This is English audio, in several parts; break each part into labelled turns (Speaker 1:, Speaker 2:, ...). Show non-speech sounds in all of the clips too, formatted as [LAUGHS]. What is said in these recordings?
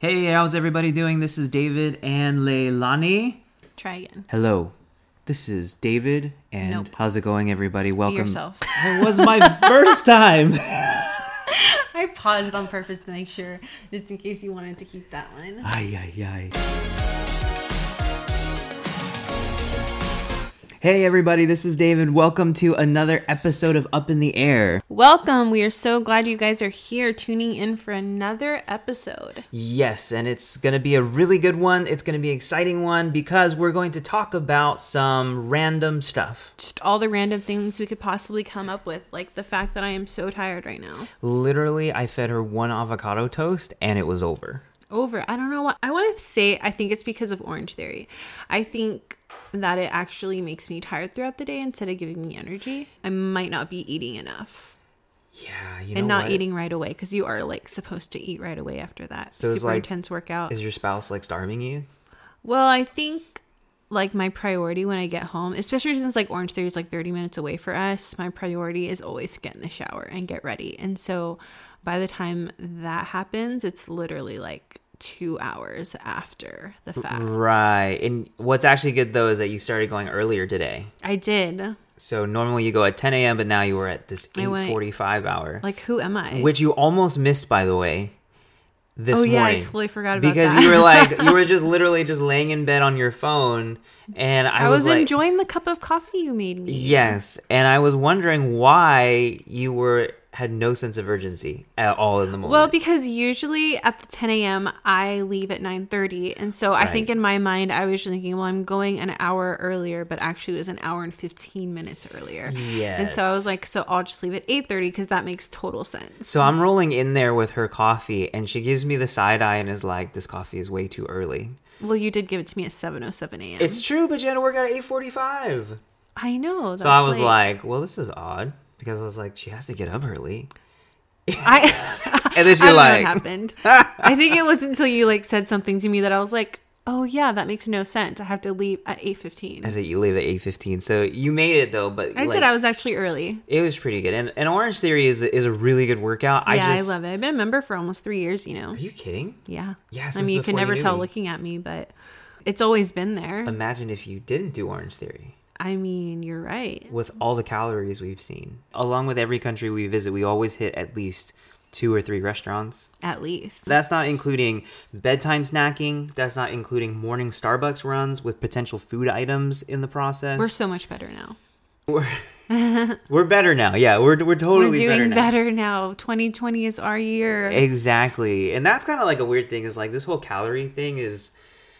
Speaker 1: Hey, how's everybody doing? This is David and Leilani.
Speaker 2: Try again.
Speaker 1: Hello. This is David, and
Speaker 2: Nope.
Speaker 1: how's it going, everybody? Welcome.
Speaker 2: yourself. [LAUGHS]
Speaker 1: It was [LAUGHS] my first time.
Speaker 2: I paused on purpose to make sure, just in case you wanted to keep that one.
Speaker 1: Ay, ay, ay. Hey, everybody, this is David. Welcome to another episode of Up in the Air.
Speaker 2: Welcome. We are so glad you guys are here tuning in for another episode.
Speaker 1: Yes, and it's going to be a really good one. It's going to be an exciting one because we're going to talk about some random stuff.
Speaker 2: Just all the random things we could possibly come up with, like the fact that I am so tired right now.
Speaker 1: Literally, I fed her one avocado toast and it was over.
Speaker 2: Over. I don't know what. I want to say I think it's because of Orange Theory. I think that it actually makes me tired throughout the day instead of giving me energy. I might not be eating enough.
Speaker 1: Yeah, you know
Speaker 2: And not
Speaker 1: what?
Speaker 2: eating right away because you are like supposed to eat right away after that
Speaker 1: So it's
Speaker 2: super
Speaker 1: like-
Speaker 2: intense workout.
Speaker 1: Is your spouse like starving you?
Speaker 2: Well, I think like my priority when I get home, especially since like Orange Theory is like 30 minutes away for us, my priority is always to get in the shower and get ready. And so by the time that happens, it's literally like two hours after the fact.
Speaker 1: Right. And what's actually good though is that you started going earlier today.
Speaker 2: I did.
Speaker 1: So normally you go at 10 a.m., but now you were at this
Speaker 2: I went-
Speaker 1: 8:45 hour,
Speaker 2: Like, who am I?
Speaker 1: which you almost missed, by the way. This
Speaker 2: oh, yeah,
Speaker 1: morning.
Speaker 2: I totally forgot about
Speaker 1: because
Speaker 2: that.
Speaker 1: you were
Speaker 2: [LAUGHS]
Speaker 1: like you were just literally just laying in bed on your phone, and I,
Speaker 2: I was,
Speaker 1: like,
Speaker 2: enjoying the cup of coffee you made me.
Speaker 1: Yes, and I was wondering why you were had no sense of urgency at all in the morning.
Speaker 2: Well, because usually at the 10 a.m. I leave at 9:30, and so I think
Speaker 1: Right.
Speaker 2: in my mind I was just thinking, well, I'm going an hour earlier, but actually it was an hour and 15 minutes earlier. And so I
Speaker 1: Yes.
Speaker 2: was like, so I'll just leave at 8:30 because that makes total sense.
Speaker 1: so I'm rolling in there with her coffee, and she gives me the side eye and is like, "This coffee is way too early."
Speaker 2: well, you did give it to me at 7:07 a.m.
Speaker 1: It's true, but you had to work out at eight forty-five.
Speaker 2: I know.
Speaker 1: So I was like, "Well, this is odd," because I was like, "She has to get up
Speaker 2: [LAUGHS]
Speaker 1: early," [LAUGHS]
Speaker 2: I.
Speaker 1: and then
Speaker 2: I
Speaker 1: she
Speaker 2: don't know what
Speaker 1: like, [LAUGHS]
Speaker 2: happened. I think it wasn't until you like said something to me that I was like, oh yeah, that makes no sense. I have to leave at 8:15.
Speaker 1: "And you leave at eight fifteen. So you made it though, but
Speaker 2: I
Speaker 1: like,
Speaker 2: did. I was actually early.
Speaker 1: it was pretty good. And, and Orange Theory is is a really good workout.
Speaker 2: yeah,
Speaker 1: I just
Speaker 2: I love it. I've been a member for almost three years, you know.
Speaker 1: Are you kidding?
Speaker 2: Yeah.
Speaker 1: Yeah,
Speaker 2: I
Speaker 1: since
Speaker 2: mean, you can
Speaker 1: before you
Speaker 2: never
Speaker 1: knew
Speaker 2: tell
Speaker 1: me.
Speaker 2: looking at me, but it's always been there.
Speaker 1: Imagine if you didn't do Orange Theory.
Speaker 2: I mean, you're right.
Speaker 1: With all the calories we've seen, along with every country we visit, we always hit at least two or three restaurants.
Speaker 2: At least.
Speaker 1: That's not including bedtime snacking. That's not including morning Starbucks runs with potential food items in the process.
Speaker 2: We're so much better now.
Speaker 1: We're, we're better now. Yeah, we're, we're totally
Speaker 2: We're
Speaker 1: better
Speaker 2: doing
Speaker 1: now.
Speaker 2: better now. 2020 is our year.
Speaker 1: Exactly. And that's kind of like a weird thing is like this whole calorie thing is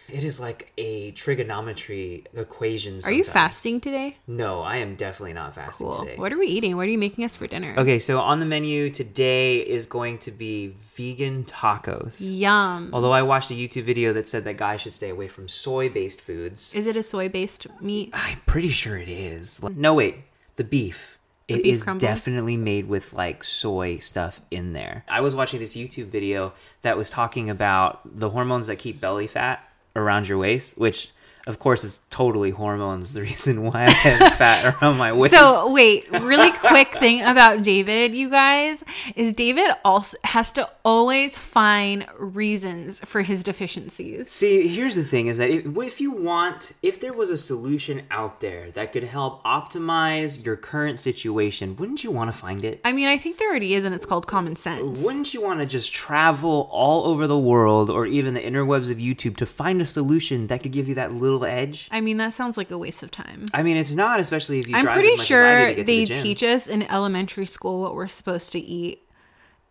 Speaker 1: it is like a trigonometry equation.
Speaker 2: are you
Speaker 1: sometimes.
Speaker 2: fasting today?
Speaker 1: No, I am definitely not fasting
Speaker 2: Cool.
Speaker 1: today.
Speaker 2: What are we eating? What are you making us for dinner?
Speaker 1: Okay, so on the menu today is going to be vegan tacos.
Speaker 2: Yum.
Speaker 1: Although I watched a YouTube video that said that guys should stay away from soy-based foods.
Speaker 2: Is it a soy based
Speaker 1: [SIGHS]
Speaker 2: meat?
Speaker 1: I'm pretty sure it is. Like- No, wait, the beef. It is
Speaker 2: beef crumbles?
Speaker 1: definitely made with like soy stuff in there. I was watching this YouTube video that was talking about the hormones that keep belly fat around your waist, which of course is totally hormones. The [LAUGHS] reason why I
Speaker 2: [LAUGHS]
Speaker 1: have fat around my waist.
Speaker 2: So wait,
Speaker 1: [LAUGHS]
Speaker 2: really quick thing about David, you guys, is David also has to always find reasons for his deficiencies.
Speaker 1: See, here's the thing is that if, if you want, if there was a solution out there that could help optimize your current situation, wouldn't you want to find it?
Speaker 2: I mean, I think there already is, and it's called common sense.
Speaker 1: Wouldn't you want to just travel all over the world or even the interwebs of YouTube to find a solution that could give you that little edge?
Speaker 2: I mean, that sounds like a waste of time.
Speaker 1: I mean, it's not, especially if you
Speaker 2: I'm
Speaker 1: drive
Speaker 2: pretty
Speaker 1: as much as I do
Speaker 2: sure
Speaker 1: to get
Speaker 2: they
Speaker 1: to the gym.
Speaker 2: teach us in elementary school what we're supposed to eat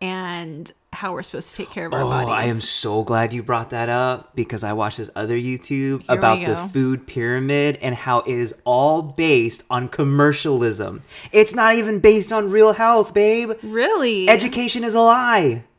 Speaker 2: and how we're supposed to take care of our
Speaker 1: Oh,
Speaker 2: bodies.
Speaker 1: I am so glad you brought that up because I watched this other YouTube
Speaker 2: we
Speaker 1: about the
Speaker 2: go.
Speaker 1: food pyramid and how it is all based on commercialism. It's not even based on real health, babe.
Speaker 2: really.
Speaker 1: Education is a lie.
Speaker 2: [LAUGHS]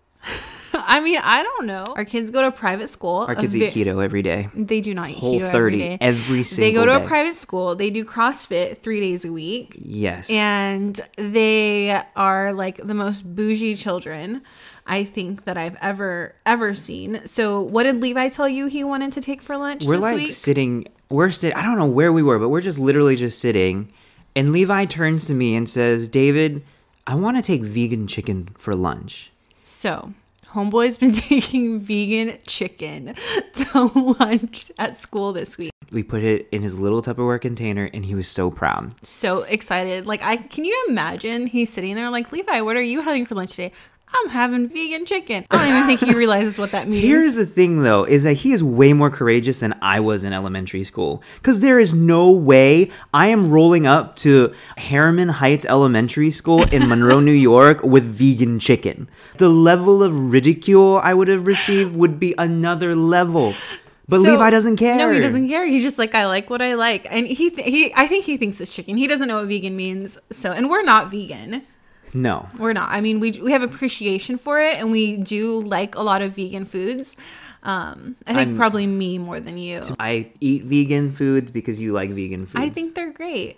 Speaker 2: I mean, I don't know. Our kids go to private school.
Speaker 1: Our kids eat keto every day.
Speaker 2: They do not eat
Speaker 1: Whole
Speaker 2: keto
Speaker 1: 30
Speaker 2: every day.
Speaker 1: every single
Speaker 2: They go to
Speaker 1: day.
Speaker 2: a private school. They do CrossFit three days a week.
Speaker 1: Yes.
Speaker 2: and they are like the most bougie children I think that I've ever ever seen. So what did Levi tell you he wanted to take for lunch
Speaker 1: we're
Speaker 2: this
Speaker 1: like
Speaker 2: week?
Speaker 1: sitting we're sit i don't know where we were but we're just literally just sitting and levi turns to me and says david i want to take vegan chicken for lunch
Speaker 2: so Homeboy's been [LAUGHS] taking vegan chicken to lunch at school this week.
Speaker 1: We put it in his little Tupperware container, and he was so proud.
Speaker 2: So excited. Like I can you imagine he's sitting there like, Levi, what are you having for lunch today? I'm having vegan chicken. I don't even
Speaker 1: [LAUGHS]
Speaker 2: think he realizes what that means.
Speaker 1: Here's the thing, though, is that he is way more courageous than I was in elementary school. Because there is no way I am rolling up to Harriman Heights Elementary School
Speaker 2: [LAUGHS]
Speaker 1: in Monroe, New York with vegan chicken. The level of ridicule I would have received would be another level. But
Speaker 2: So-
Speaker 1: Levi doesn't care.
Speaker 2: No, he doesn't care. He's just like I like what I like, and he th- he I think he thinks it's chicken. He doesn't know what vegan means. So, and we're not vegan.
Speaker 1: No.
Speaker 2: We're not. I mean, we we have appreciation for it, and we do like a lot of vegan foods. Um, I think
Speaker 1: I'm-
Speaker 2: probably me more than you.
Speaker 1: I eat vegan foods because you like vegan foods.
Speaker 2: I think they're great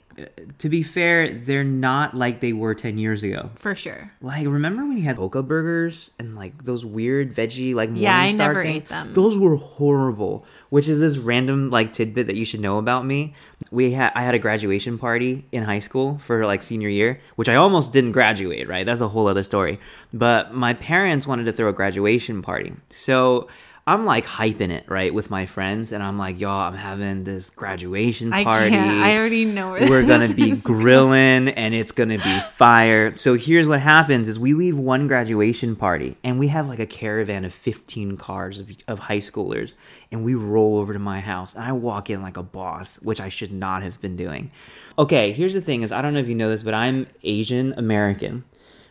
Speaker 1: to be fair, they're not like they were 10 years ago.
Speaker 2: for sure.
Speaker 1: Like, remember when you had Oka burgers and like those weird veggie like
Speaker 2: Yeah, I
Speaker 1: Morningstar
Speaker 2: never
Speaker 1: things?
Speaker 2: ate them.
Speaker 1: Those were horrible. Which is this random like tidbit that you should know about me. We had I had a graduation party in high school for like senior year, which I almost didn't graduate. Right, that's a whole other story. But my parents wanted to throw a graduation party, so. I'm like hyping it, right, with my friends, and I'm like, y'all, I'm having this graduation
Speaker 2: I
Speaker 1: party.
Speaker 2: can't. I already know where
Speaker 1: We're gonna
Speaker 2: this
Speaker 1: be
Speaker 2: is
Speaker 1: grilling and it's gonna
Speaker 2: [LAUGHS]
Speaker 1: be fire. So here's what happens is we leave one graduation party and we have like a caravan of 15 cars of, of high schoolers and we roll over to my house and I walk in like a boss, which I should not have been doing. Okay, here's the thing is I don't know if you know this, but I'm Asian American.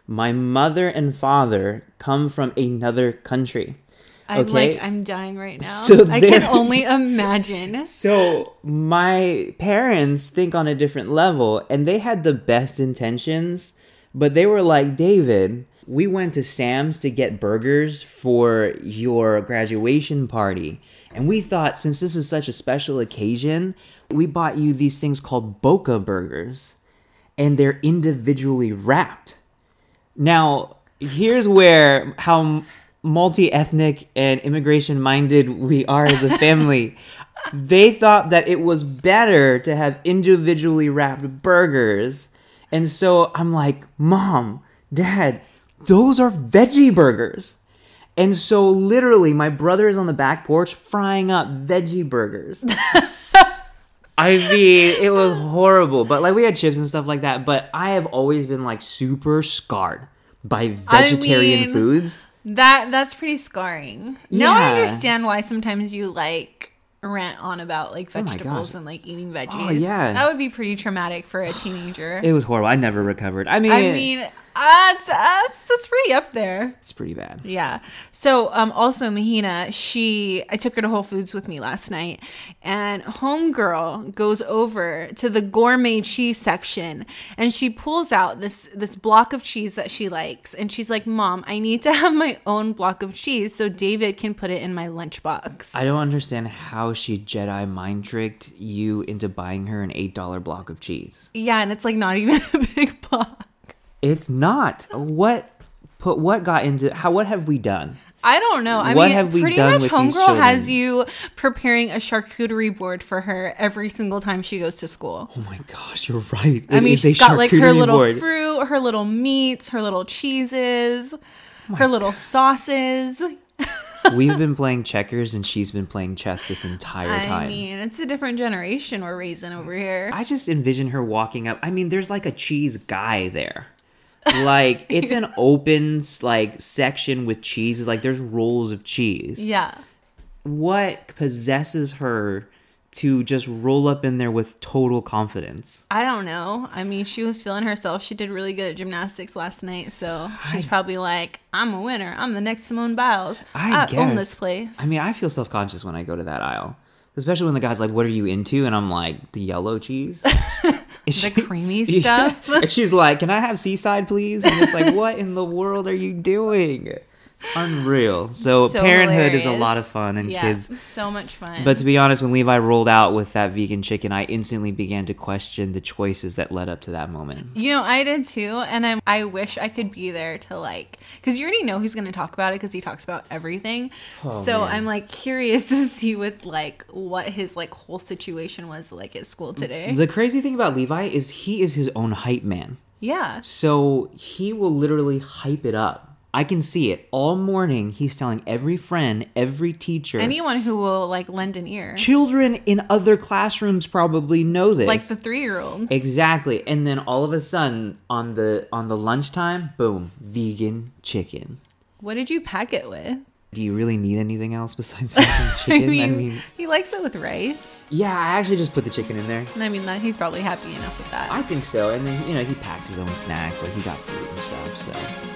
Speaker 1: My mother and father come from another country.
Speaker 2: I'm like I'm dying right now.
Speaker 1: So
Speaker 2: I
Speaker 1: there-
Speaker 2: can only imagine.
Speaker 1: So my parents think on a different level, and they had the best intentions, but they were like, David, we went to Sam's to get burgers for your graduation party. And we thought, since this is such a special occasion, we bought you these things called Boca burgers, and they're individually wrapped. Now, here's where how multi ethnic and immigration minded we are as a family. they thought that it was better to have individually wrapped burgers. And so I'm like, Mom, Dad, those are veggie burgers. And so literally, my brother is on the back porch frying up veggie burgers. [LAUGHS] I mean, it was horrible. But like we had chips and stuff like that. But I have always been like super scarred by vegetarian
Speaker 2: mean-
Speaker 1: foods.
Speaker 2: That that's pretty scarring. Now I
Speaker 1: Yeah.
Speaker 2: understand why sometimes you like rant on about like
Speaker 1: Oh my
Speaker 2: vegetables
Speaker 1: God.
Speaker 2: and like eating veggies.
Speaker 1: yeah.
Speaker 2: That would be pretty traumatic for a teenager.
Speaker 1: [SIGHS] It was horrible. I never recovered. I mean,
Speaker 2: I mean, that's that's that's pretty up there.
Speaker 1: it's pretty bad.
Speaker 2: Yeah. So um also Mahina, she I took her to Whole Foods with me last night and homegirl goes over to the gourmet cheese section and she pulls out this this block of cheese that she likes and she's like, "Mom, I need to have my own block of cheese so David can put it in my lunchbox."
Speaker 1: I don't understand how she Jedi mind tricked you into buying her an $8 block of cheese.
Speaker 2: yeah, and it's like not even [LAUGHS] a big block.
Speaker 1: It's not. What put what got into how what have we done?
Speaker 2: I don't know. I
Speaker 1: What
Speaker 2: mean,
Speaker 1: have we
Speaker 2: pretty
Speaker 1: done with
Speaker 2: much
Speaker 1: these
Speaker 2: homegirl has
Speaker 1: children?
Speaker 2: you preparing a charcuterie board for her every single time she goes to school.
Speaker 1: Oh my gosh, you're right.
Speaker 2: I mean, she's got like her little
Speaker 1: board.
Speaker 2: fruit, her little meats, her little cheeses,
Speaker 1: Oh
Speaker 2: her little sauces.
Speaker 1: We've been playing checkers and she's been playing chess this entire
Speaker 2: I
Speaker 1: time.
Speaker 2: mean, it's a different generation we're raising over here.
Speaker 1: I just envision her walking up. I mean, there's like a cheese guy there. Like it's an
Speaker 2: [LAUGHS]
Speaker 1: open like section with cheese. Like there's rolls of cheese.
Speaker 2: yeah.
Speaker 1: What possesses her to just roll up in there with total confidence?
Speaker 2: I don't know. I mean, she was feeling herself. She did really good at gymnastics last night, so she's probably like, "I'm a winner. I'm the next Simone Biles. I,
Speaker 1: I,
Speaker 2: own
Speaker 1: guess.
Speaker 2: this place."
Speaker 1: I mean, I feel self conscious when I go to that aisle, especially when the guy's like, "What are you into?" and I'm like, "The yellow
Speaker 2: [LAUGHS]
Speaker 1: cheese."
Speaker 2: the
Speaker 1: [LAUGHS]
Speaker 2: creamy stuff.
Speaker 1: and she's like, "Can I have seaside, please?" And it's
Speaker 2: [LAUGHS]
Speaker 1: like, "What in the world are you doing?" It's unreal. So,
Speaker 2: So
Speaker 1: parenthood is a
Speaker 2: hilarious.
Speaker 1: lot of fun, and
Speaker 2: yeah,
Speaker 1: kids.
Speaker 2: so much fun.
Speaker 1: But to be honest, when Levi rolled out with that vegan chicken, I instantly began to question the choices that led up to that moment.
Speaker 2: You know, I did too, and I'm. I wish I could be there to like, because you already know he's going to talk about it because he talks about everything. so
Speaker 1: man.
Speaker 2: I'm like curious [LAUGHS] to see with like what his like whole situation was like at school today.
Speaker 1: The crazy thing about Levi is he is his own hype man.
Speaker 2: Yeah,
Speaker 1: So he will literally hype it up. I can see it all morning. He's telling every friend, every teacher,
Speaker 2: Anyone who will like lend an ear,
Speaker 1: children in other classrooms probably know this.
Speaker 2: like the three year old.
Speaker 1: exactly. And then all of a sudden, on the on the lunchtime, boom, vegan chicken.
Speaker 2: What did you pack it with?
Speaker 1: Do you really need anything else
Speaker 2: [LAUGHS]
Speaker 1: besides vegan
Speaker 2: I
Speaker 1: chicken?
Speaker 2: mean, he likes it with rice.
Speaker 1: yeah, I actually just put the chicken in there.
Speaker 2: And I mean, that he's probably happy enough with that.
Speaker 1: I think so. And then you know he packed his own snacks, like he got fruit and stuff. So